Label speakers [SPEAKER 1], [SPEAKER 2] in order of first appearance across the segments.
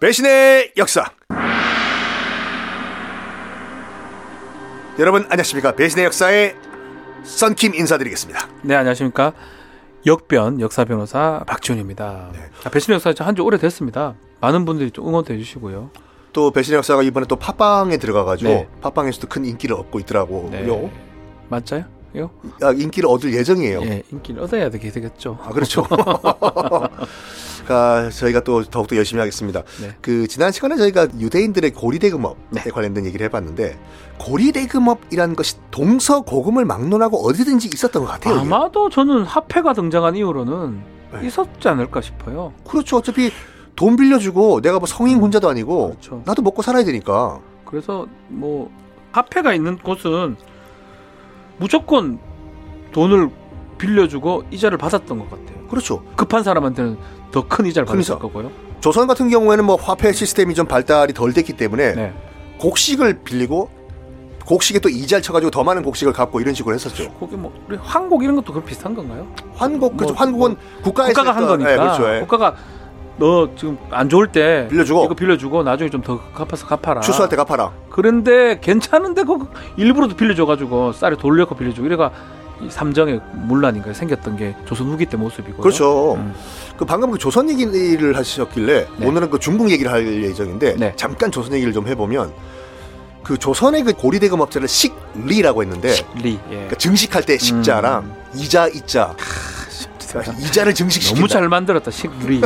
[SPEAKER 1] 배신의 역사. 여러분 안녕하십니까? 배신의 역사의 썬킴 인사드리겠습니다.
[SPEAKER 2] 네, 안녕하십니까. 역변 역사 변호사 박지훈입니다.
[SPEAKER 1] 네.
[SPEAKER 2] 아, 배신 역사 한지 오래됐습니다. 많은 분들이 좀 응원해 주시고요.
[SPEAKER 1] 또 배신의 역사가 이번에 또 팟빵에 들어가가지고
[SPEAKER 2] 네.
[SPEAKER 1] 팟빵에서도 큰 인기를 얻고 있더라고요.
[SPEAKER 2] 맞아요? 요?
[SPEAKER 1] 아, 인기를 얻을 예정이에요.
[SPEAKER 2] 예, 인기를 얻어야 되게 되겠죠.
[SPEAKER 1] 아 그렇죠. 그러니까 저희가 또 더욱더 열심히 하겠습니다.
[SPEAKER 2] 네.
[SPEAKER 1] 그 지난 시간에 저희가 유대인들의 고리대금업에
[SPEAKER 2] 네.
[SPEAKER 1] 관련된 얘기를 해봤는데 고리대금업이라는 것이 동서 고금을 막론하고 어디든지 있었던 것 같아요. 이게.
[SPEAKER 2] 아마도 저는 화폐가 등장한 이후로는
[SPEAKER 1] 네.
[SPEAKER 2] 있었지 않을까 싶어요.
[SPEAKER 1] 그렇죠. 어차피 돈 빌려주고 내가 뭐 성인 혼자도 아니고
[SPEAKER 2] 그렇죠.
[SPEAKER 1] 나도 먹고 살아야 되니까.
[SPEAKER 2] 그래서 뭐 화폐가 있는 곳은 무조건 돈을 빌려주고 이자를 받았던 것 같아요.
[SPEAKER 1] 그렇죠.
[SPEAKER 2] 급한 사람한테는 더 큰 이자를 받을
[SPEAKER 1] 그러니까.
[SPEAKER 2] 거고요.
[SPEAKER 1] 조선 같은 경우에는 뭐 화폐 시스템이 좀 발달이 덜 됐기 때문에
[SPEAKER 2] 네.
[SPEAKER 1] 곡식을 빌리고 곡식에 또 이자를 쳐가지고 더 많은 곡식을 갚고 이런 식으로 했었죠.
[SPEAKER 2] 거기 뭐 우리 한국 이런 것도 그런 비슷한 건가요?
[SPEAKER 1] 환곡 그렇죠.
[SPEAKER 2] 뭐,
[SPEAKER 1] 환곡은 국가에서
[SPEAKER 2] 국가가 한
[SPEAKER 1] 했던-
[SPEAKER 2] 거니까
[SPEAKER 1] 예, 그렇죠. 예.
[SPEAKER 2] 국가가 너 지금 안 좋을 때
[SPEAKER 1] 빌려주고.
[SPEAKER 2] 이거 빌려주고 나중에 좀 더 갚아서 갚아라.
[SPEAKER 1] 추수할 때 갚아라.
[SPEAKER 2] 그런데 괜찮은데 그 일부러도 빌려줘가지고 쌀을 돌려서 빌려주고 이래가 이 삼정의 문란인가 생겼던 게 조선 후기 때 모습이고요.
[SPEAKER 1] 그렇죠.
[SPEAKER 2] 음.
[SPEAKER 1] 그 방금 그 조선 얘기를 하셨길래
[SPEAKER 2] 네.
[SPEAKER 1] 오늘은 그 중국 얘기를 할 예정인데
[SPEAKER 2] 네.
[SPEAKER 1] 잠깐 조선 얘기를 좀 해보면 그 조선의 그 고리대금업자를 식리라고 했는데
[SPEAKER 2] 리. 예.
[SPEAKER 1] 그러니까 증식할 때 식자랑 이자 이자 그러니까 이자를 증식시킨다.
[SPEAKER 2] 음. 너무 잘 만들었다 식리.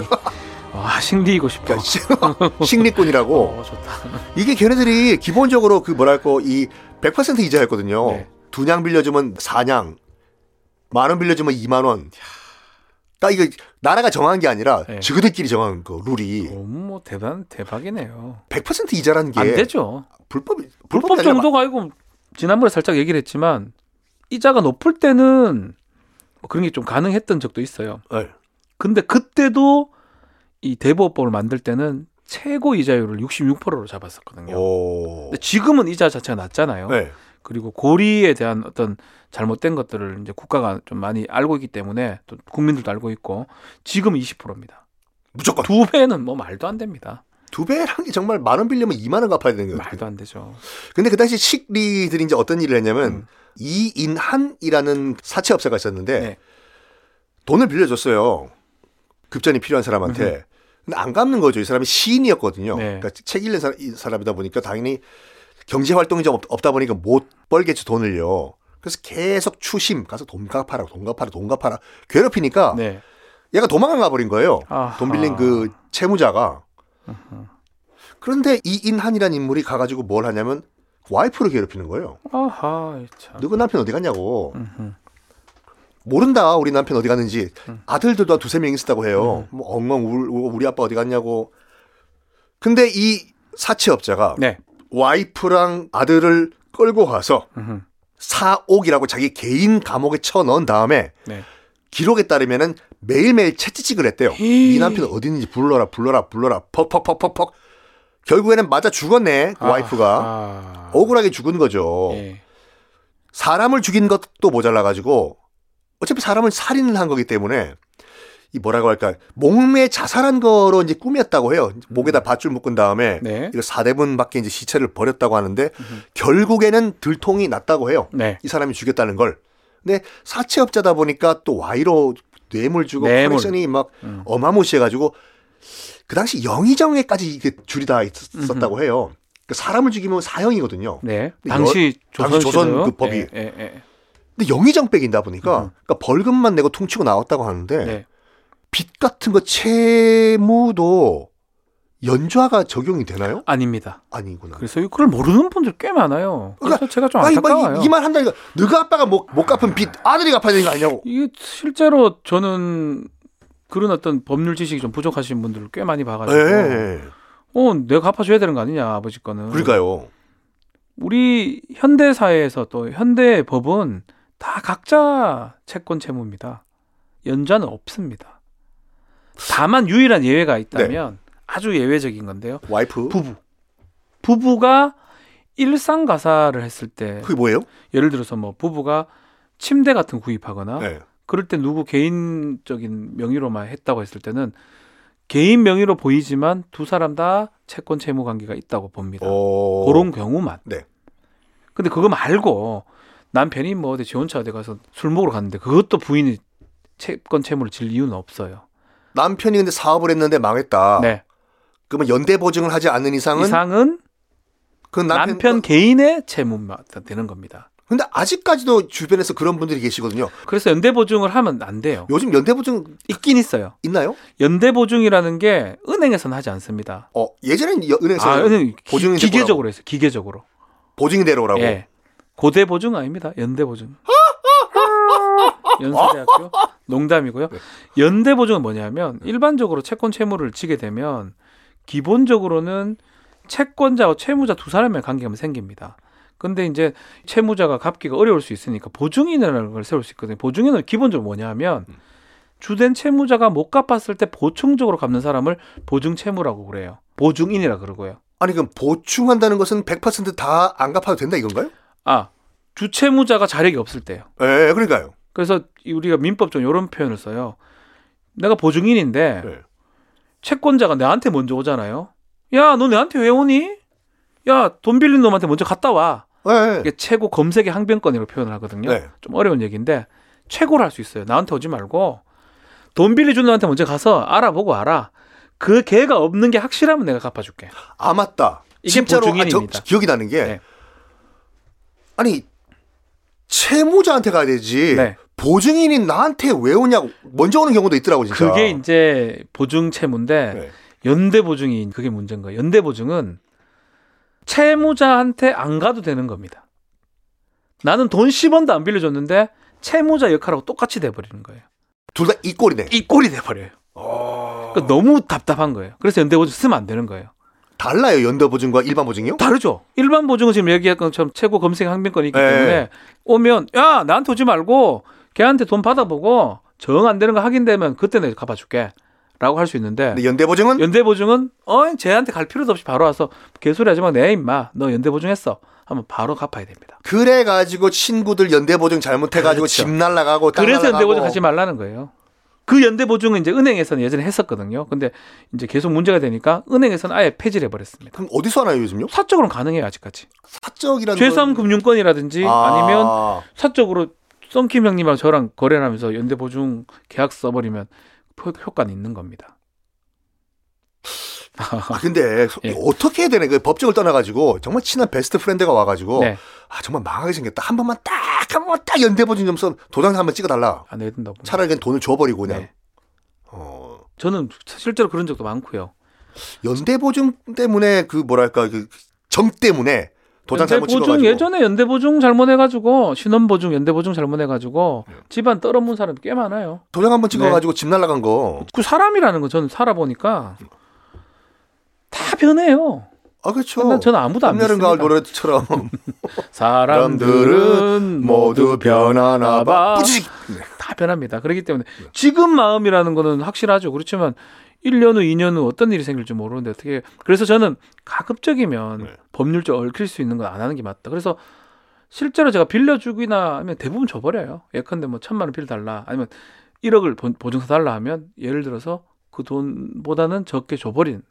[SPEAKER 2] 와 식리이고 싶어.
[SPEAKER 1] 그러니까 식- 식리꾼이라고
[SPEAKER 2] 어, 좋다.
[SPEAKER 1] 이게 걔네들이 기본적으로 그 뭐랄까 이 100% 이자였거든요.
[SPEAKER 2] 네.
[SPEAKER 1] 두냥 빌려주면 사냥, 만 원 빌려주면 2만 원. 딱 이거 나라가 정한 게 아니라
[SPEAKER 2] 네.
[SPEAKER 1] 지그들끼리 정한 그 룰이
[SPEAKER 2] 너무 뭐 대단 대박이네요.
[SPEAKER 1] 100% 이자라는 게
[SPEAKER 2] 안 되죠.
[SPEAKER 1] 불법이 불법이
[SPEAKER 2] 불법
[SPEAKER 1] 아니라
[SPEAKER 2] 정도가 아니고 지난번에 살짝 얘기를 했지만 이자가 높을 때는 뭐 그런 게 좀 가능했던 적도 있어요.
[SPEAKER 1] 마- 예.
[SPEAKER 2] 근데 그때도 이 대부업법을 만들 때는 최고 이자율을 66%로 잡았었거든요.
[SPEAKER 1] 오.
[SPEAKER 2] 근데 지금은 이자 자체가 낮잖아요.
[SPEAKER 1] 네.
[SPEAKER 2] 그리고 고리에 대한 어떤 잘못된 것들을 이제 국가가 좀 많이 알고 있기 때문에 또 국민들도 알고 있고 지금 20%입니다.
[SPEAKER 1] 무조건
[SPEAKER 2] 두 배는 뭐 말도 안 됩니다.
[SPEAKER 1] 두 배라는 게 정말 만 원 빌리면 2만 원 갚아야 되는 거예요.
[SPEAKER 2] 말도 안 되죠.
[SPEAKER 1] 근데 그 당시 식리들이 이제 어떤 일을 했냐면
[SPEAKER 2] 음.
[SPEAKER 1] 이인한이라는 사채업자가 있었는데
[SPEAKER 2] 네.
[SPEAKER 1] 돈을 빌려줬어요. 급전이 필요한 사람한테. 근데 안 갚는 거죠. 이 사람이 시인이었거든요.
[SPEAKER 2] 네.
[SPEAKER 1] 그러니까 책 읽는 사- 이 사람이다 보니까 당연히 경제 활동이 좀 없- 없다 보니까 못 벌겠지 돈을요. 그래서 계속 추심 가서 돈 갚아라, 돈 갚아라, 돈 갚아라 괴롭히니까
[SPEAKER 2] 네.
[SPEAKER 1] 얘가 도망가 버린 거예요.
[SPEAKER 2] 아하.
[SPEAKER 1] 돈 빌린 그 채무자가. 그런데 이인한이라는 인물이 가가지고 뭘 하냐면 와이프를 괴롭히는 거예요.
[SPEAKER 2] 아하 참.
[SPEAKER 1] 너그 남편 어디 갔냐고.
[SPEAKER 2] 음흠.
[SPEAKER 1] 모른다 우리 남편 어디 갔는지 아들들도 한 두세 명 있었다고 해요 뭐 엉엉 울, 우 우리 아빠 어디 갔냐고 근데 이 사채업자가
[SPEAKER 2] 네.
[SPEAKER 1] 와이프랑 아들을 끌고 가서
[SPEAKER 2] 음흠.
[SPEAKER 1] 사옥이라고 자기 개인 감옥에 쳐넣은 다음에
[SPEAKER 2] 네.
[SPEAKER 1] 기록에 따르면은 매일매일 채찍질을 했대요
[SPEAKER 2] 에이.
[SPEAKER 1] 네 남편 어디 있는지 불러라 불러라 불러라 퍽퍽퍽퍽퍽 결국에는 맞아 죽었네 그 와이프가
[SPEAKER 2] 아.
[SPEAKER 1] 억울하게 죽은 거죠
[SPEAKER 2] 예.
[SPEAKER 1] 사람을 죽인 것도 모자라 가지고 어차피 사람을 살인을 한 거기 때문에 이 뭐라고 할까 목매 자살한 거로 이제 꾸몄다고 해요. 목에다 밧줄 묶은 다음에
[SPEAKER 2] 음. 네.
[SPEAKER 1] 이거 사대분 밖에 이제 시체를 버렸다고 하는데 결국에는 들통이 났다고 해요.
[SPEAKER 2] 네.
[SPEAKER 1] 이 사람이 죽였다는 걸. 근데 사채업자다 보니까 또 와이로 뇌물 주고
[SPEAKER 2] 뇌물.
[SPEAKER 1] 커넥션이 막
[SPEAKER 2] 음.
[SPEAKER 1] 어마무시해가지고 그 당시 영의정에까지 이게 줄이 다 있었다고 해요. 그러니까 사람을 죽이면 사형이거든요.
[SPEAKER 2] 네.
[SPEAKER 1] 근데
[SPEAKER 2] 당시 조선
[SPEAKER 1] 당시 조선
[SPEAKER 2] 시대요?
[SPEAKER 1] 그 법이.
[SPEAKER 2] 예, 예, 예.
[SPEAKER 1] 근데 영의정백이다 보니까
[SPEAKER 2] 음.
[SPEAKER 1] 그러니까 벌금만 내고 퉁치고 나왔다고 하는데
[SPEAKER 2] 네.
[SPEAKER 1] 빚 같은 거 채무도 연좌가 적용이 되나요?
[SPEAKER 2] 아닙니다.
[SPEAKER 1] 아니구나.
[SPEAKER 2] 그래서 그걸 모르는 분들 꽤 많아요. 그래서
[SPEAKER 1] 그러니까-
[SPEAKER 2] 제가 좀
[SPEAKER 1] 아니, 막
[SPEAKER 2] 안타까워요. 네.
[SPEAKER 1] 이, 이말 한다니까 너가 아빠가 못, 못 갚은 빚 아들이 갚아야 되는 거 아니냐고.
[SPEAKER 2] 이게 실제로 저는 그런 어떤 법률 지식이 좀 부족하신 분들을 꽤 많이
[SPEAKER 1] 예.
[SPEAKER 2] 봐가지고 어 내가 갚아줘야 되는 거 아니냐 아버지 거는
[SPEAKER 1] 그러니까요.
[SPEAKER 2] 우리 현대 사회에서 또 현대 법은 다 각자 채권 채무입니다 연좌는 없습니다 다만 유일한 예외가 있다면
[SPEAKER 1] 네.
[SPEAKER 2] 아주 예외적인 건데요
[SPEAKER 1] 와이프.
[SPEAKER 2] 부부 부부가 일상 가사를 했을 때
[SPEAKER 1] 그게 뭐예요?
[SPEAKER 2] 예를 들어서 뭐 부부가 침대 어? 같은 거 구입하거나
[SPEAKER 1] 네.
[SPEAKER 2] 그럴 때 누구 개인적인 명의로만 했다고 했을 때는 개인 명의로 보이지만 두 사람 다 채권 채무 관계가 있다고 봅니다.
[SPEAKER 1] 어.
[SPEAKER 2] 그런 경우만.
[SPEAKER 1] 네.
[SPEAKER 2] 근데 그거 말고 남편이 뭐 어디 지원차 어디 가서 술 먹으러 갔는데 그것도 부인이 채권 채무를 질 이유는 없어요.
[SPEAKER 1] 남편이 근데 사업을 했는데 망했다.
[SPEAKER 2] 네.
[SPEAKER 1] 그러면 연대 보증을 하지 않는 아, 이상은
[SPEAKER 2] 이상은
[SPEAKER 1] 그 남편,
[SPEAKER 2] 남편, 개인의 채무만 되는 겁니다.
[SPEAKER 1] 근데 아직까지도 주변에서 그런 분들이 계시거든요.
[SPEAKER 2] 그래서 연대 보증을 하면 안 돼요.
[SPEAKER 1] 요즘 연대 보증
[SPEAKER 2] 있긴 있어요.
[SPEAKER 1] 있나요?
[SPEAKER 2] 연대 보증이라는 게 은행에서는 하지 않습니다.
[SPEAKER 1] 어, 예전엔 여- 은행에서
[SPEAKER 2] 아, 은행
[SPEAKER 1] 보증인
[SPEAKER 2] 기, 기계적으로 했어요. 기계적으로.
[SPEAKER 1] 보증대로라고.
[SPEAKER 2] 예. 고대 보증 아닙니다. 연대 보증. 연세대학교 농담이고요.
[SPEAKER 1] 네.
[SPEAKER 2] 연대 보증은 뭐냐면 일반적으로 채권 채무를 지게 되면 기본적으로는 채권자와 채무자 두 사람의 관계가 생깁니다. 근데 이제 채무자가 갚기가 어려울 수 있으니까 보증인이라는 걸 세울 수 있거든요. 보증인은 기본적으로 뭐냐면 주된 채무자가 못 갚았을 때 보충적으로 갚는 사람을 보증 채무라고 그래요. 보증인이라 그러고요.
[SPEAKER 1] 아니 그럼 보충한다는 것은 100%다 안 갚아도 된다 이건가요?
[SPEAKER 2] 아, 주채무자가 자력이 없을 때요.
[SPEAKER 1] 예, 그러니까요.
[SPEAKER 2] 그래서 이- 우리가 민법적으로 이런 표현을 써요. 내가 보증인인데
[SPEAKER 1] 네.
[SPEAKER 2] 채권자가 내한테 먼저 오잖아요. 야, 너 내한테 왜 오니? 야, 돈 빌린 놈한테 먼저 갔다 와.
[SPEAKER 1] 예, 예.
[SPEAKER 2] 이게 최고 검색의 항변권이라고 표현을 하거든요.
[SPEAKER 1] 네.
[SPEAKER 2] 좀 어려운 얘기인데 최고를 할 수 있어요. 나한테 오지 말고 돈 빌려준 놈한테 먼저 가서 알아보고 알아. 그 개가 없는 게 확실하면 내가 갚아줄게.
[SPEAKER 1] 아 맞다.
[SPEAKER 2] 이게
[SPEAKER 1] 진짜로 아, 저
[SPEAKER 2] 보증인입니다.
[SPEAKER 1] 기억이 나는 게
[SPEAKER 2] 네.
[SPEAKER 1] 아니 채무자한테 가야 되지.
[SPEAKER 2] 네.
[SPEAKER 1] 보증인인 나한테 왜 오냐고 먼저 오는 경우도 있더라고 진짜.
[SPEAKER 2] 그게 이제 보증 채무인데
[SPEAKER 1] 네.
[SPEAKER 2] 연대 보증이 그게 문제인 거예요. 연대 보증은 채무자한테 안 가도 되는 겁니다. 나는 돈 10원도 안 빌려줬는데 채무자 역할하고 똑같이 돼버리는 거예요.
[SPEAKER 1] 둘 다 이 꼴이네.
[SPEAKER 2] 이 꼴이 돼버려요.
[SPEAKER 1] 어...
[SPEAKER 2] 그러니까 너무 답답한 거예요. 그래서 연대 보증 쓰면 안 되는 거예요.
[SPEAKER 1] 달라요 연대 보증과 일반 보증이요?
[SPEAKER 2] 다르죠. 일반 보증은 지금 얘기한 것처럼 최고 검색 항변권이 있기
[SPEAKER 1] 네.
[SPEAKER 2] 때문에 오면 야 나한테 오지 말고 걔한테 돈 받아보고 정 안 되는 거 확인되면 그때 내가 갚아줄게라고 할 수 있는데
[SPEAKER 1] 근데 연대 보증은
[SPEAKER 2] 연대 보증은 어 쟤한테 갈 필요도 없이 바로 와서 개소리 하지 마내 네, 임마 너 연대 보증했어 하면 바로 갚아야 됩니다.
[SPEAKER 1] 그래 가지고 친구들 연대 보증 잘못해 가지고
[SPEAKER 2] 그렇죠.
[SPEAKER 1] 집 날라가고 땅
[SPEAKER 2] 그래서 연대
[SPEAKER 1] 날라가고
[SPEAKER 2] 보증 하지 말라는 거예요. 그 연대 보증은 이제 은행에서는 예전에 했었거든요. 근데 이제 계속 문제가 되니까 은행에서는 아예 폐지를 해버렸습니다.
[SPEAKER 1] 그럼 어디서 하나요 요즘요?
[SPEAKER 2] 사적으로는 가능해요 아직까지.
[SPEAKER 1] 사적이라는
[SPEAKER 2] 죄삼 금융권이라든지 아... 니면
[SPEAKER 1] 그러니까 뭐 아,
[SPEAKER 2] 사적으로 썬킴 형님하고 저랑 거래를 하면서 연대 보증 계약 써버리면 효- 효과는 있는 겁니다.
[SPEAKER 1] 아, 근데 소-
[SPEAKER 2] 예.
[SPEAKER 1] 어떻게 해야 되나 그 법적을 떠나가지고 정말 친한 베스트 프렌드가 와가지고
[SPEAKER 2] 네.
[SPEAKER 1] 아 정말 망하게 생겼다 한 번만 딱 한 번만 딱 연대 보증 점수 도장 한번 찍어달라
[SPEAKER 2] 안 해야 된다고. 봅니다.
[SPEAKER 1] 차라리 그냥 돈을 줘버리고 그냥
[SPEAKER 2] 네.
[SPEAKER 1] 어,
[SPEAKER 2] 저는 실제로 그런 적도 많고요.
[SPEAKER 1] 연대 보증 때문에 그 뭐랄까 그 정 때문에 도장
[SPEAKER 2] 연대
[SPEAKER 1] 잘못
[SPEAKER 2] 보증
[SPEAKER 1] 찍어가지고
[SPEAKER 2] 예전에 연대 보증 잘못해가지고 신원 보증 연대 보증 잘못해가지고
[SPEAKER 1] 예.
[SPEAKER 2] 집안 떨어문 사람 꽤 많아요.
[SPEAKER 1] 도장 한번
[SPEAKER 2] 네.
[SPEAKER 1] 찍어가지고 집 날라간 거
[SPEAKER 2] 그 사람이라는 건 저는 살아보니까 다 변해요.
[SPEAKER 1] 아 그렇죠.
[SPEAKER 2] 난 저는 아무도 안
[SPEAKER 1] 봄여름 가을
[SPEAKER 2] 믿습니다.
[SPEAKER 1] 노래처럼 뭐
[SPEAKER 2] 사람들은 모두 변하나 봐.
[SPEAKER 1] 뿌지직. 네.
[SPEAKER 2] 다 변합니다. 그렇기 때문에 지금 마음이라는 거는 확실하죠. 그렇지만 1년 후, 2년 후 어떤 일이 생길지 모르는데 어떻게 그래서 저는 가급적이면
[SPEAKER 1] 네.
[SPEAKER 2] 법률적 얽힐 수 있는 건 안 하는 게 맞다. 그래서 실제로 제가 빌려주기나 하면 대부분 줘버려요. 예컨대 뭐 천만 원 빌려달라 아니면 1억을 보증서 달라 하면 예를 들어서 그 돈보다는 적게 줘버린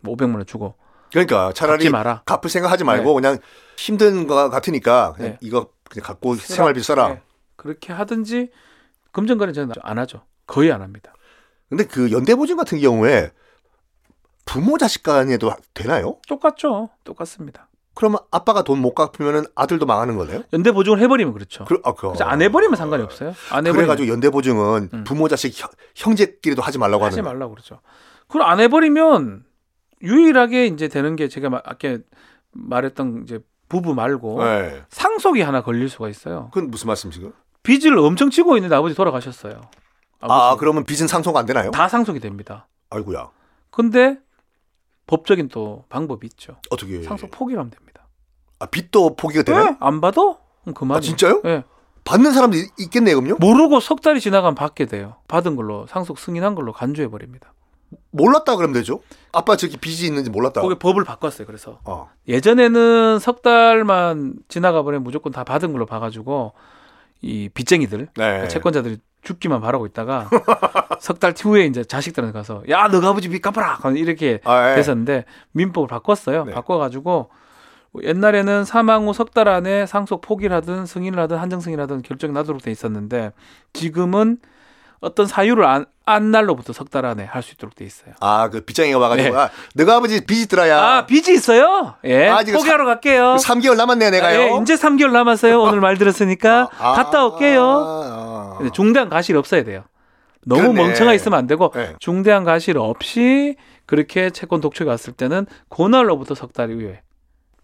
[SPEAKER 2] 뭐 500만 원 주고
[SPEAKER 1] 그러니까 차라리
[SPEAKER 2] 갚지 마라.
[SPEAKER 1] 갚을 생각하지 말고 그냥 힘든 거 같으니까 그냥
[SPEAKER 2] 네.
[SPEAKER 1] 이거 그냥 갖고
[SPEAKER 2] 쓰라.
[SPEAKER 1] 생활비 써라.
[SPEAKER 2] 네. 그렇게 하든지 금전거래 저는 안 하죠. 거의 안 합니다.
[SPEAKER 1] 근데 그 연대보증 같은 경우에 부모 자식 간에도 되나요?
[SPEAKER 2] 똑같죠. 똑같습니다.
[SPEAKER 1] 그러면 아빠가 돈 못 갚으면 아들도 망하는 거네요?
[SPEAKER 2] 연대 보증을 해버리면 그렇죠.
[SPEAKER 1] 그, 아, 그,
[SPEAKER 2] 그래서 안 해버리면 상관이 없어요. 안 해버리면
[SPEAKER 1] 그래가지고 연대보증은
[SPEAKER 2] 음.
[SPEAKER 1] 부모 자식 형- 형제끼리도 하지 말라고
[SPEAKER 2] 하지
[SPEAKER 1] 하는.
[SPEAKER 2] 말라 고 그러죠. 그걸 안 해버리면 유일하게 이제 되는 게 제가 마- 아까 말했던 이제 부부 말고
[SPEAKER 1] 네.
[SPEAKER 2] 상속이 하나 걸릴 수가 있어요.
[SPEAKER 1] 그건 무슨 말씀이세요?
[SPEAKER 2] 빚을 엄청 지고 있는데 아버지 돌아가셨어요.
[SPEAKER 1] 아,
[SPEAKER 2] 아버지.
[SPEAKER 1] 그러면 빚은 상속 안 되나요?
[SPEAKER 2] 다 상속이 됩니다.
[SPEAKER 1] 아이고야.
[SPEAKER 2] 근데 법적인 또 방법이 있죠.
[SPEAKER 1] 어떻게.
[SPEAKER 2] 상속 네, 포기하면 됩니다.
[SPEAKER 1] 아, 빚도 포기가 되나요?
[SPEAKER 2] 왜? 안 받아? 그럼 그만.
[SPEAKER 1] 아, 진짜요?
[SPEAKER 2] 예.
[SPEAKER 1] 받는 사람도 있- 있겠네요, 그럼요?
[SPEAKER 2] 모르고 석 달이 지나가면 받게 돼요. 받은 걸로 상속 승인한 걸로 간주해 버립니다.
[SPEAKER 1] 몰랐다 그러면 되죠? 아빠 저기 빚이 있는지 몰랐다.
[SPEAKER 2] 거기 법을 바꿨어요. 그래서
[SPEAKER 1] 어.
[SPEAKER 2] 예전에는 석 달만 지나가 버리면 무조건 다 받은 걸로 봐가지고 이 빚쟁이들
[SPEAKER 1] 네.
[SPEAKER 2] 아, 채권자들이 죽기만 바라고 있다가 석 달 후에 이제 자식들한테 가서 야, 너가 아버지 밑 갚아라. 이렇게
[SPEAKER 1] 아, 예.
[SPEAKER 2] 됐었는데 민법을 바꿨어요.
[SPEAKER 1] 네.
[SPEAKER 2] 바꿔가지고 옛날에는 사망 후 석 달 안에 상속 포기를 하든 승인을 하든 한정 승인을 하든 결정이 나도록 돼 있었는데 지금은 어떤 사유를 안, 안 날로부터 석 달 안에 할 수 있도록 돼 있어요.
[SPEAKER 1] 아, 그 빚쟁이가 와가지고,
[SPEAKER 2] 네.
[SPEAKER 1] 아, 너가 아버지 빚이 들어야.
[SPEAKER 2] 아 빚이 있어요? 예.
[SPEAKER 1] 아, 지금
[SPEAKER 2] 포기하러 갈게요.
[SPEAKER 1] 3개월 남았네, 내가요.
[SPEAKER 2] 예, 이제 3개월 남았어요. 오늘 말 들었으니까
[SPEAKER 1] 아,
[SPEAKER 2] 갔다 올게요.
[SPEAKER 1] 아, 아.
[SPEAKER 2] 근데 중대한 과실 없어야 돼요. 너무
[SPEAKER 1] 그렇네.
[SPEAKER 2] 멍청하 있으면 안 되고
[SPEAKER 1] 네.
[SPEAKER 2] 중대한 과실 없이 그렇게 채권 독촉이 왔을 때는 그날로부터 석 달 이후에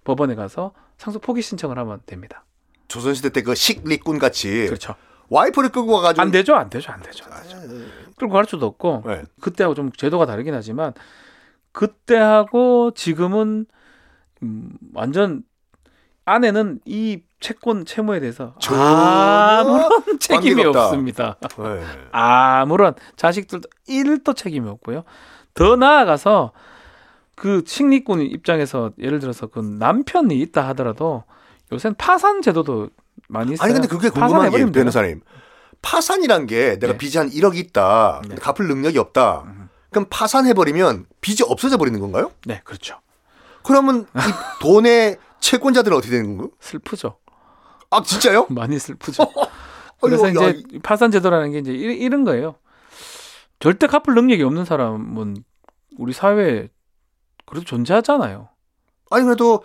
[SPEAKER 2] 법원에 가서 상속 포기 신청을 하면 됩니다.
[SPEAKER 1] 조선시대 때 그 식리꾼 같이
[SPEAKER 2] 그렇죠.
[SPEAKER 1] 와이프를 끌고 와가지고. 아,
[SPEAKER 2] 안 되죠, 안 되죠, 안 되죠. 안 되죠. 끌고 갈 수도 없고
[SPEAKER 1] 네.
[SPEAKER 2] 그때하고 좀 제도가 다르긴 하지만 그때하고 지금은 음, 완전 아내는 이 채권 채무에 대해서
[SPEAKER 1] 전혀
[SPEAKER 2] 아무런 뭐. 책임이
[SPEAKER 1] 관계가 없다.
[SPEAKER 2] 없습니다.
[SPEAKER 1] 네.
[SPEAKER 2] 아무런 자식들도 일도 책임이 없고요. 더 나아가서 그 식리꾼 입장에서 예를 들어서 그 남편이 있다 하더라도 요새는 파산 제도도 많이 있어요.
[SPEAKER 1] 아니 근데 그게 궁금한 게
[SPEAKER 2] 파산해버리면 돼요.
[SPEAKER 1] 변호사님 파산이란 게 내가
[SPEAKER 2] 네. 음.
[SPEAKER 1] 빚이 한 1억 있다 근데 갚을 능력이 없다 그럼 파산해버리면 빚이 없어져 버리는 건가요?
[SPEAKER 2] 네, 그렇죠.
[SPEAKER 1] 그러면 이 돈의 채권자들은 어떻게 되는 건가요?
[SPEAKER 2] 슬프죠.
[SPEAKER 1] 아 진짜요?
[SPEAKER 2] 많이 슬프죠.
[SPEAKER 1] 아이고,
[SPEAKER 2] 그래서
[SPEAKER 1] 어, 야,
[SPEAKER 2] 이제 파산 제도라는 게 이제 이- 이런 거예요. 절대 갚을 능력이 없는 사람은 우리 사회에 그래도 존재하잖아요.
[SPEAKER 1] 아니 그래도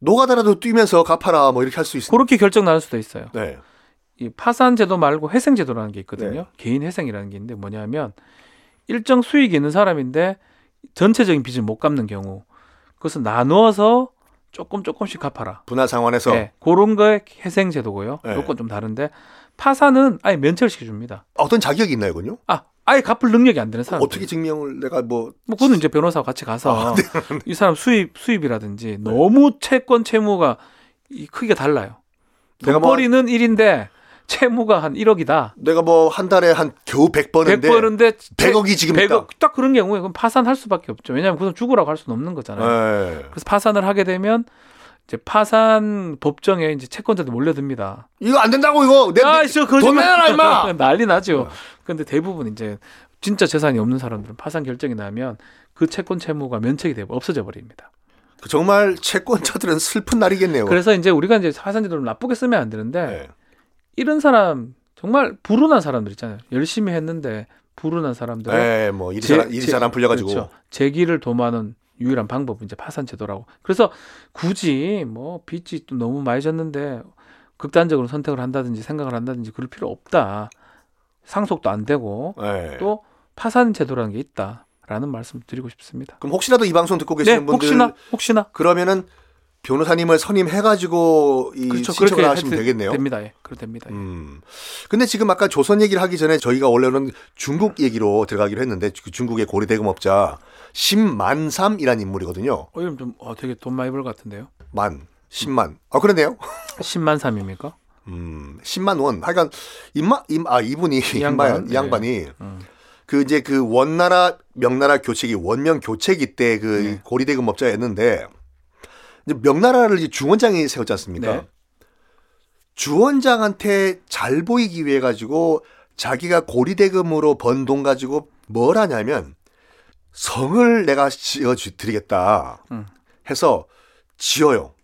[SPEAKER 1] 노가다라도 뛰면서 갚아라 뭐 이렇게 할 수 있어.
[SPEAKER 2] 그렇게 결정 나눌 수도 있어요.
[SPEAKER 1] 네.
[SPEAKER 2] 이 파산 제도 말고 회생 제도라는 게 있거든요. 개인 회생이라는 게 있는데 뭐냐면 일정 수익이 있는 사람인데 전체적인 빚을 못 갚는 경우 그것을 나누어서 조금 조금씩 갚아라.
[SPEAKER 1] 분할 상환해서
[SPEAKER 2] 네, 그런 거에 회생 제도고요.
[SPEAKER 1] 네.
[SPEAKER 2] 요건 좀 다른데 파산은 아예 면책을 시켜줍니다.
[SPEAKER 1] 어떤 자격이 있나요, 군요?
[SPEAKER 2] 아, 아예 갚을 능력이 안 되는 사람.
[SPEAKER 1] 어떻게 증명을 내가 뭐
[SPEAKER 2] 뭐 그거는 이제 변호사와 같이 가서
[SPEAKER 1] 아,
[SPEAKER 2] 이 사람 수입
[SPEAKER 1] 네.
[SPEAKER 2] 수입이라든지 너무 채권 채무가 이 크기가 달라요.
[SPEAKER 1] 내가 뭐-
[SPEAKER 2] 돈벌이는 1인데 채무가 한 1억이다.
[SPEAKER 1] 내가 뭐 한 달에 한 겨우 100번인데
[SPEAKER 2] 100번인데
[SPEAKER 1] 100억이 지금 있다.
[SPEAKER 2] 100억 딱 그런 경우에 그럼 파산할 수밖에 없죠. 왜냐하면 그건 죽으라고 할 수는 없는 거잖아요.
[SPEAKER 1] 네.
[SPEAKER 2] 그래서 파산을 하게 되면 이제 파산 법정에 이제 채권자들 몰려듭니다.
[SPEAKER 1] 이거 안 된다고 이거 내, 내,
[SPEAKER 2] 저
[SPEAKER 1] 돈 내놔라, 임마! 네.
[SPEAKER 2] 난리 나죠. 근데 대부분 이제 진짜 재산이 없는 사람들은 파산 결정이 나면 그 채권 채무가 면책이 되고 없어져 버립니다.
[SPEAKER 1] 정말 채권자들은 슬픈 날이겠네요.
[SPEAKER 2] 그래서 이제 우리가 이제 파산제도를 나쁘게 쓰면 안 되는데
[SPEAKER 1] 네.
[SPEAKER 2] 이런 사람 정말 불운한 사람들 있잖아요. 열심히 했는데 불운한 사람들
[SPEAKER 1] 예, 뭐 일이
[SPEAKER 2] 네. 제-
[SPEAKER 1] 잘, 일이
[SPEAKER 2] 제-
[SPEAKER 1] 잘 안 풀려가지고
[SPEAKER 2] 그렇죠. 재기를 도마는 유일한 방법은 이제 파산 제도라고. 그래서 굳이 뭐 빚이 또 너무 많이 졌는데 극단적으로 선택을 한다든지 생각을 한다든지 그럴 필요 없다. 상속도 안 되고
[SPEAKER 1] 예.
[SPEAKER 2] 또 파산 제도라는 게 있다라는 말씀 드리고 싶습니다.
[SPEAKER 1] 그럼 혹시라도 이 방송 듣고
[SPEAKER 2] 네,
[SPEAKER 1] 계시는 분들
[SPEAKER 2] 혹시나 혹시나
[SPEAKER 1] 그러면은 변호사님을 선임해가지고 이
[SPEAKER 2] 그렇죠.
[SPEAKER 1] 신청을
[SPEAKER 2] 그렇게
[SPEAKER 1] 하시면
[SPEAKER 2] 해도
[SPEAKER 1] 되겠네요.
[SPEAKER 2] 됩니다. 예, 그렇게 됩니다. 예.
[SPEAKER 1] 음. 근데 지금 아까 조선 얘기를 하기 전에 저희가 원래는 중국 얘기로 들어가기로 했는데 그 중국의 고리 대금업자 신만삼이라는 인물이거든요.
[SPEAKER 2] 어, 이름 좀 어, 되게 돈 많이 벌 것 같은데요.
[SPEAKER 1] 만, 십만. 아 그러네요.
[SPEAKER 2] 10만 3입니까?
[SPEAKER 1] 음, 10만 원. 하여간 임마 임, 아 이분이
[SPEAKER 2] 이 양반?
[SPEAKER 1] 양반,
[SPEAKER 2] 네.
[SPEAKER 1] 양반이
[SPEAKER 2] 음.
[SPEAKER 1] 그 이제 그 원나라 명나라 교체기 원명 교체기 때 그
[SPEAKER 2] 네.
[SPEAKER 1] 고리대금 업자였는데 이제 명나라를 이제 주원장이 세웠지 않습니까?
[SPEAKER 2] 네.
[SPEAKER 1] 주원장한테 잘 보이기 위해 가지고 자기가 고리대금으로 번 돈 가지고 뭘 하냐면 성을 내가 지어 드리겠다
[SPEAKER 2] 음.
[SPEAKER 1] 해서 지어요.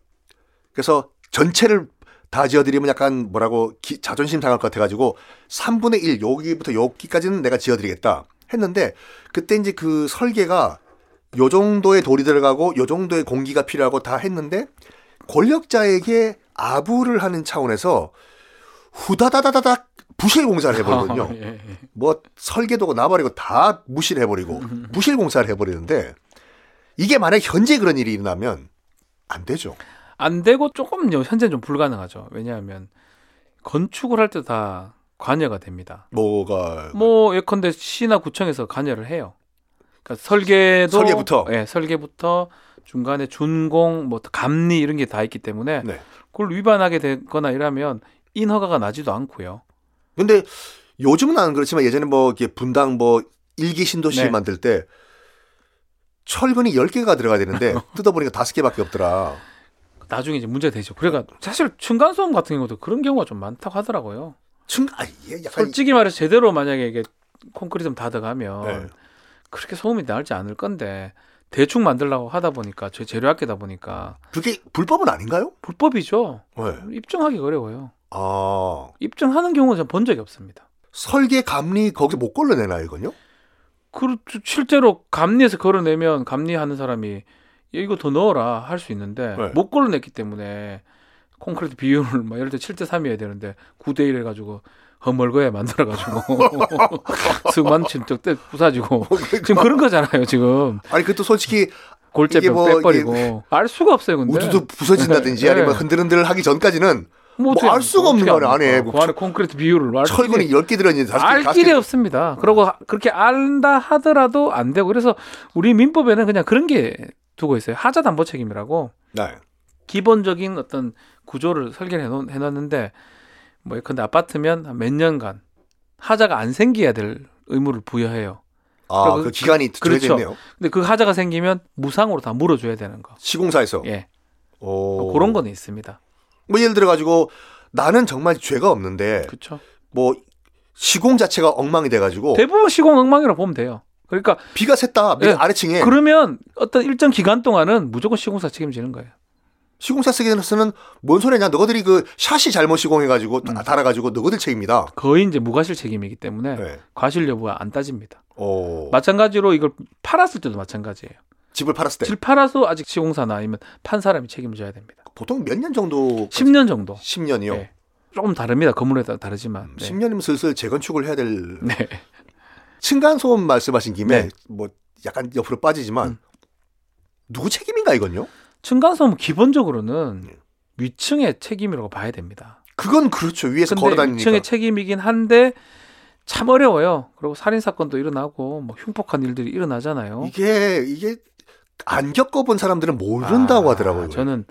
[SPEAKER 1] 그래서 전체를 다 지어드리면 약간 뭐라고 기- 자존심 상할 것 같아가지고 3분의 1 여기부터 여기까지는 내가 지어드리겠다 했는데 그때 이제 그 설계가 요 정도의 돌이 들어가고 요 정도의 공기가 필요하고 다 했는데 권력자에게 아부를 하는 차원에서 후다다다다닥 부실 공사를 해버리거든요.
[SPEAKER 2] 아, 예, 예.
[SPEAKER 1] 뭐 설계도고 나발이고 다 무시를 해버리고 무실 공사를 해버리는데 이게 만약 현재 그런 일이 일어나면 안 되죠.
[SPEAKER 2] 안 되고 조금요 현재는 좀 불가능하죠. 왜냐하면 건축을 할 때 다 관여가 됩니다.
[SPEAKER 1] 뭐가
[SPEAKER 2] 뭐 예컨대 시나 구청에서 관여를 해요. 그러니까 설계도
[SPEAKER 1] 설계부터.
[SPEAKER 2] 예, 설계부터 중간에 준공 뭐 감리 이런 게 다 있기 때문에
[SPEAKER 1] 네.
[SPEAKER 2] 그걸 위반하게 되거나 이러면 인허가가 나지도 않고요.
[SPEAKER 1] 근데 요즘은 안 그렇지만 예전에 뭐 이렇게 분당 뭐 일기 신도시
[SPEAKER 2] 네.
[SPEAKER 1] 만들 때 철근이 10개가 들어가야 되는데 뜯어보니까 5개밖에 없더라.
[SPEAKER 2] 나중에 이제 문제가 되죠. 그러니까 사실 층간소음 같은 경우도 그런 경우가 좀 많다고 하더라고요.
[SPEAKER 1] 층, 아, 이게 약간.
[SPEAKER 2] 솔직히 말해서 제대로 만약에 이게 콘크리트 다 들어가면
[SPEAKER 1] 네.
[SPEAKER 2] 그렇게 소음이 나지 않을 건데 대충 만들려고 하다 보니까 제 재료 아끼다 보니까
[SPEAKER 1] 그게 불법은 아닌가요?
[SPEAKER 2] 불법이죠.
[SPEAKER 1] 네.
[SPEAKER 2] 입증하기 어려워요.
[SPEAKER 1] 아,
[SPEAKER 2] 입증하는 경우는 전 본 적이 없습니다.
[SPEAKER 1] 설계 감리 거기서 못 걸러내나, 이건요?
[SPEAKER 2] 그 실제로 감리에서 걸어내면 감리하는 사람이 야, 이거 더 넣어라 할 수 있는데
[SPEAKER 1] 네.
[SPEAKER 2] 못 걸어냈기 때문에 콘크리트 비율을 막 예를 들어 7대 3이어야 되는데 9대 1 해가지고 허물거에 만들어가지고 승만 진적 때 부사지고 지금 그런 거잖아요 지금
[SPEAKER 1] 뭐 아니, 그것도 솔직히 이게
[SPEAKER 2] 골재병
[SPEAKER 1] 뭐
[SPEAKER 2] 빼버리고 알 수가 없어요 근데
[SPEAKER 1] 우두두 부서진다든지
[SPEAKER 2] 네.
[SPEAKER 1] 아니면 흔들흔들 하기 전까지는
[SPEAKER 2] 뭐
[SPEAKER 1] 뭐알 수가 없는 거네. 안에
[SPEAKER 2] 그
[SPEAKER 1] 뭐
[SPEAKER 2] 안에 콘크리트 비율을 알 길이-
[SPEAKER 1] 철근이 10개 들어있는지 다섯 개,
[SPEAKER 2] 알
[SPEAKER 1] 다섯 개
[SPEAKER 2] 길이 없습니다. 그러고 하- 그렇게 안다 하더라도 안 되고 그래서 우리 민법에는 그냥 그런 게 두고 있어요. 하자 담보 책임이라고
[SPEAKER 1] 네.
[SPEAKER 2] 기본적인 어떤 구조를 설계해 놓- 해놨는데 뭐 예컨대 아파트면 한몇 년간 하자가 안 생겨야 될 의무를 부여해요.
[SPEAKER 1] 아, 그
[SPEAKER 2] 그-
[SPEAKER 1] 기간이
[SPEAKER 2] 그렇죠.
[SPEAKER 1] 들어져 있네요.
[SPEAKER 2] 근데 그 하자가 생기면 무상으로 다 물어줘야 되는 거.
[SPEAKER 1] 시공사에서.
[SPEAKER 2] 예,
[SPEAKER 1] 오.
[SPEAKER 2] 그런 거는 있습니다.
[SPEAKER 1] 뭐 예를 들어가지고 나는 정말 죄가 없는데
[SPEAKER 2] 그렇죠.
[SPEAKER 1] 뭐 시공 자체가 엉망이 돼가지고
[SPEAKER 2] 대부분 시공 엉망이라고 보면 돼요. 그러니까
[SPEAKER 1] 비가 샜다 밑
[SPEAKER 2] 네.
[SPEAKER 1] 아래층에
[SPEAKER 2] 그러면 어떤 일정 기간 동안은 무조건 시공사 책임지는 거예요.
[SPEAKER 1] 시공사 쓰기에서는 뭔 소리냐 너희들이 그 샷이 잘못 시공해가지고
[SPEAKER 2] 음.
[SPEAKER 1] 다- 달아가지고 너희들 책임이다.
[SPEAKER 2] 거의 이제 무과실 책임이기 때문에
[SPEAKER 1] 네.
[SPEAKER 2] 과실 여부가 안 따집니다.
[SPEAKER 1] 오.
[SPEAKER 2] 마찬가지로 이걸 팔았을 때도 마찬가지예요.
[SPEAKER 1] 집을 팔았을 때
[SPEAKER 2] 질 팔아서 아직 시공사나 아니면 판 사람이 책임져야 됩니다.
[SPEAKER 1] 보통 몇 년 정도?
[SPEAKER 2] 10년 정도.
[SPEAKER 1] 10년이요.
[SPEAKER 2] 네. 조금 다릅니다. 건물에 따라 다르지만. 네.
[SPEAKER 1] 10년이면 슬슬 재건축을 해야 될
[SPEAKER 2] 네.
[SPEAKER 1] 층간소음 말씀하신 김에
[SPEAKER 2] 네.
[SPEAKER 1] 뭐 약간 옆으로 빠지지만
[SPEAKER 2] 음.
[SPEAKER 1] 누구 책임인가 이건요?
[SPEAKER 2] 층간소음
[SPEAKER 1] 예.
[SPEAKER 2] 기본적으로는 위층의 책임이라고 봐야 됩니다.
[SPEAKER 1] 그건 그렇죠. 위에서
[SPEAKER 2] 근데
[SPEAKER 1] 걸어다니니까.
[SPEAKER 2] 위층의 책임이긴 한데 참 어려워요. 그리고 살인 사건도 일어나고 뭐 흉폭한 일들이 일어나잖아요.
[SPEAKER 1] 이게 이게 안 겪어본 사람들은 모른다고
[SPEAKER 2] 아,
[SPEAKER 1] 하더라고요.
[SPEAKER 2] 저는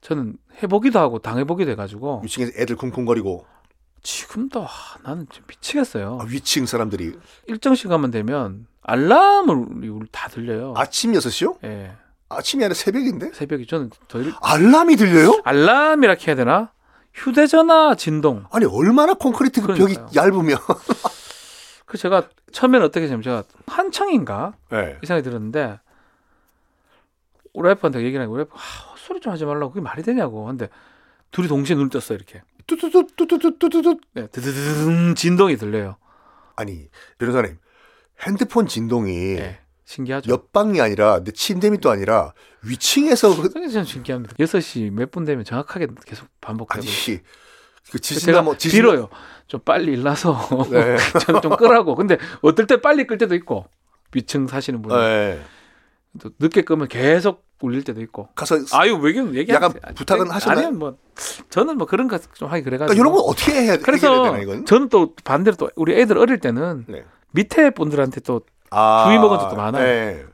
[SPEAKER 2] 저는 해보기도 하고 당해보기도 해가지고
[SPEAKER 1] 위층에서 애들 쿵쿵거리고
[SPEAKER 2] 지금도 아, 나는 좀 미치겠어요.
[SPEAKER 1] 아, 위층 사람들이
[SPEAKER 2] 일정 시간만 되면 알람을 우리 다 들려요.
[SPEAKER 1] 아침 6시요?
[SPEAKER 2] 예.
[SPEAKER 1] 아침이 아니라 새벽인데?
[SPEAKER 2] 새벽이 저는 더 일-
[SPEAKER 1] 알람이 들려요?
[SPEAKER 2] 알람이라 해야 되나? 휴대전화 진동.
[SPEAKER 1] 아니 얼마나 콘크리트 그 벽이
[SPEAKER 2] 그러니까요.
[SPEAKER 1] 얇으면
[SPEAKER 2] 그 제가 처음엔 어떻게 했냐면 제가 한창인가
[SPEAKER 1] 네.
[SPEAKER 2] 이 생각이 들었는데 우리 와이프한테 얘기를 하고 우리 와이프 아, 헛소리 좀 하지 말라고 그게 말이 되냐고 근데 둘이 동시에 눈을 떴어 이렇게
[SPEAKER 1] 뚜뚜뚜뚜뚜뚜뚜뚜
[SPEAKER 2] 네, 드드드등 진동이 들려요.
[SPEAKER 1] 아니 변호사님 핸드폰 진동이
[SPEAKER 2] 예, 신기하죠.
[SPEAKER 1] 옆방이 아니라 내 침대 밑도 아니라 위층에서 그-
[SPEAKER 2] 그게 참 신기합니다. 6시 몇 분 되면 정확하게 계속 반복되고.
[SPEAKER 1] 아니 그
[SPEAKER 2] 제가
[SPEAKER 1] 지진나무 지진
[SPEAKER 2] 빌어요. 좀 빨리 일나서
[SPEAKER 1] 네.
[SPEAKER 2] 저는 좀 끄라고. 근데 어떨 때 빨리 끌 때도 있고 위층 사시는 분
[SPEAKER 1] 네.
[SPEAKER 2] 또 늦게 끄면 계속 울릴 때도 있고.
[SPEAKER 1] 가서
[SPEAKER 2] 아유 왜 이건 얘기
[SPEAKER 1] 약간 부탁은 하셨나요?
[SPEAKER 2] 아니요 뭐 저는 뭐 그런 거 좀 하기 그래가지고.
[SPEAKER 1] 그러니까 이런 건 어떻게 해야 해결해야
[SPEAKER 2] 그래서
[SPEAKER 1] 되나 이건?
[SPEAKER 2] 저는 또 반대로 또 우리 애들 어릴 때는
[SPEAKER 1] 네.
[SPEAKER 2] 밑에 분들한테 또
[SPEAKER 1] 아,
[SPEAKER 2] 주위 먹은 적도 많아요.
[SPEAKER 1] 네.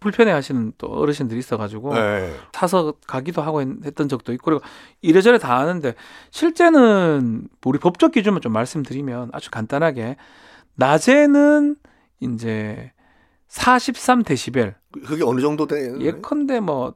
[SPEAKER 2] 불편해하시는 또 어르신들이 있어가지고
[SPEAKER 1] 네.
[SPEAKER 2] 타서 가기도 하고 했- 했던 적도 있고 그리고 이래저래 다 아는데 실제는 우리 법적 기준만 좀 말씀드리면 아주 간단하게 낮에는 이제 43데시벨
[SPEAKER 1] 그- 그게 어느 정도 네. 돼?
[SPEAKER 2] 예컨대 뭐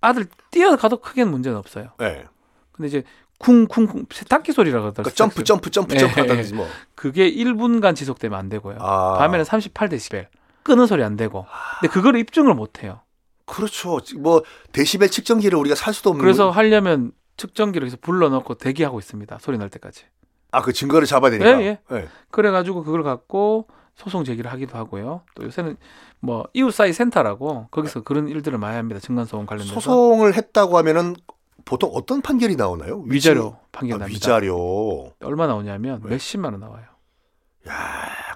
[SPEAKER 2] 아들 뛰어가도 크게는 문제는 없어요.
[SPEAKER 1] 네.
[SPEAKER 2] 근데 이제 쿵쿵쿵 세탁기 소리라고 하더라고요.
[SPEAKER 1] 그러니까 점프 점프 점프 점프
[SPEAKER 2] 네.
[SPEAKER 1] 하다든지 뭐.
[SPEAKER 2] 그게 1분간 지속되면 안 되고요.
[SPEAKER 1] 아.
[SPEAKER 2] 밤에는 38데시벨 끄는 소리 안 되고. 근데 그걸 입증을 못 해요.
[SPEAKER 1] 그렇죠. 지금 뭐 데시벨 측정기를 우리가 살 수도 없는
[SPEAKER 2] 그래서 하려면 측정기를 계속 불러넣고 대기하고 있습니다. 소리 날 때까지.
[SPEAKER 1] 아그 증거를 잡아야 되니까.
[SPEAKER 2] 예, 예.
[SPEAKER 1] 네.
[SPEAKER 2] 그래가지고 그걸 갖고 소송 제기를 하기도 하고요. 또 요새는 뭐 이웃 사이 센터라고 거기서 그런 일들을 많이 합니다. 증간소음 관련돼서
[SPEAKER 1] 소송을 했다고 하면은 보통 어떤 판결이 나오나요? 위층-
[SPEAKER 2] 위자료 판결
[SPEAKER 1] 아,
[SPEAKER 2] 납니다.
[SPEAKER 1] 위자료.
[SPEAKER 2] 얼마 나오냐면
[SPEAKER 1] 네.
[SPEAKER 2] 몇십만 원 나와요.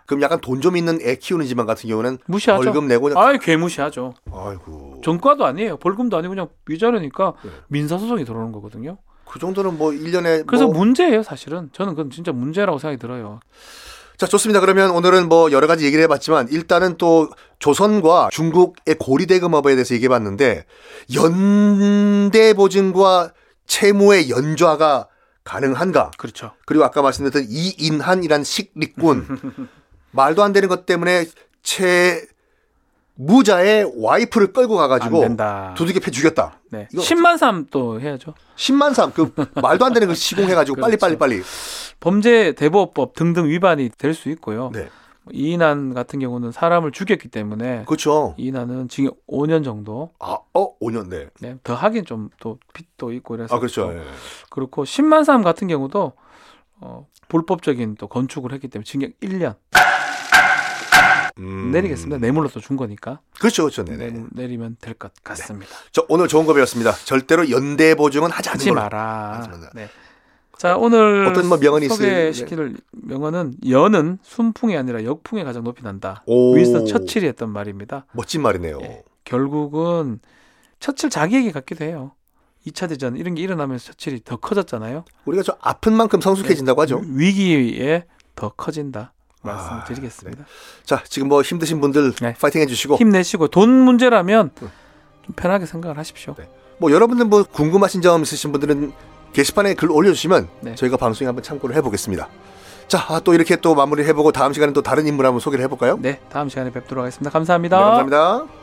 [SPEAKER 1] 그럼 약간 돈 좀 있는 애 키우는 집안 같은 경우는
[SPEAKER 2] 무시하죠.
[SPEAKER 1] 벌금 내고 그냥
[SPEAKER 2] 그렇죠. 아예 괴무시하죠.
[SPEAKER 1] 아이고.
[SPEAKER 2] 전과도 아니에요. 벌금도 아니고 그냥 위자료니까
[SPEAKER 1] 네.
[SPEAKER 2] 민사 소송이 들어오는 거거든요.
[SPEAKER 1] 그 정도는 뭐 1년에
[SPEAKER 2] 그래서
[SPEAKER 1] 뭐...
[SPEAKER 2] 문제예요, 사실은. 저는 그건 진짜 문제라고 생각이 들어요.
[SPEAKER 1] 자, 좋습니다. 그러면 오늘은 뭐 여러 가지 얘기를 해 봤지만 일단은 또 조선과 중국의 고리 대금업에 대해서 얘기해 봤는데 연대 보증과 채무의 연좌가 가능한가?
[SPEAKER 2] 그렇죠.
[SPEAKER 1] 그리고 아까 말씀드렸던 이인한이란 식리꾼 말도 안 되는 것 때문에 채 무자의 와이프를 끌고
[SPEAKER 2] 안
[SPEAKER 1] 가가지고
[SPEAKER 2] 된다.
[SPEAKER 1] 두들겨 패 죽였다.
[SPEAKER 2] 네.
[SPEAKER 1] 이거-
[SPEAKER 2] 10만 삼 또 해야죠.
[SPEAKER 1] 10만 삼 그 말도 안 되는 걸 시공해가지고 빨리 빨리 빨리.
[SPEAKER 2] 그렇죠. 범죄 대보호법 등등 위반이 될 수 있고요.
[SPEAKER 1] 네.
[SPEAKER 2] 이인한 같은 경우는 사람을 죽였기 때문에
[SPEAKER 1] 그렇죠.
[SPEAKER 2] 이인한은 징역 5년 정도.
[SPEAKER 1] 아, 어, 5년 네.
[SPEAKER 2] 네. 더 하긴 좀 또 빚도 있고 그래서
[SPEAKER 1] 아, 그렇죠.
[SPEAKER 2] 또
[SPEAKER 1] 예.
[SPEAKER 2] 그렇고 10만 삼 같은 경우도 어, 불법적인 또 건축을 했기 때문에 징역 1년
[SPEAKER 1] 음.
[SPEAKER 2] 내리겠습니다. 뇌물로 또 준 거니까
[SPEAKER 1] 그렇죠, 그렇죠. 네네. 네.
[SPEAKER 2] 뇌물 내리면 될 것 같습니다.
[SPEAKER 1] 저 오늘 좋은 거 배웠습니다. 절대로 연대 보증은 하지 않는
[SPEAKER 2] 하지
[SPEAKER 1] 걸로.
[SPEAKER 2] 마라.
[SPEAKER 1] 하지 마라.
[SPEAKER 2] 네. 자 오늘
[SPEAKER 1] 어떤 뭐 명언이
[SPEAKER 2] 소개시킬 명언은 연은 순풍이 아니라 역풍에 가장 높이 난다.
[SPEAKER 1] 오.
[SPEAKER 2] 윈스턴 처칠이 했던 말입니다.
[SPEAKER 1] 멋진 말이네요.
[SPEAKER 2] 예. 결국은 처칠 자기 얘기 같기도 해요. 2차 대전 이런 게 일어나면서 처칠이 더 커졌잖아요.
[SPEAKER 1] 우리가 좀 아픈 만큼 성숙해진다고
[SPEAKER 2] 네.
[SPEAKER 1] 하죠.
[SPEAKER 2] 위기에 더 커진다.
[SPEAKER 1] 아,
[SPEAKER 2] 말씀드리겠습니다.
[SPEAKER 1] 자, 지금 뭐 힘드신 분들
[SPEAKER 2] 네.
[SPEAKER 1] 파이팅 해주시고
[SPEAKER 2] 힘내시고 돈 문제라면
[SPEAKER 1] 음.
[SPEAKER 2] 좀 편하게 생각을 하십시오.
[SPEAKER 1] 네. 뭐 여러분들 뭐 궁금하신 점 있으신 분들은 게시판에 글 올려주시면
[SPEAKER 2] 네.
[SPEAKER 1] 저희가 방송에 한번 참고를 해보겠습니다. 자, 아, 또 이렇게 또 마무리 해보고 다음 시간에 또 다른 인물 한번 소개를 해볼까요?
[SPEAKER 2] 네, 다음 시간에 뵙도록 하겠습니다
[SPEAKER 1] 네, 감사합니다.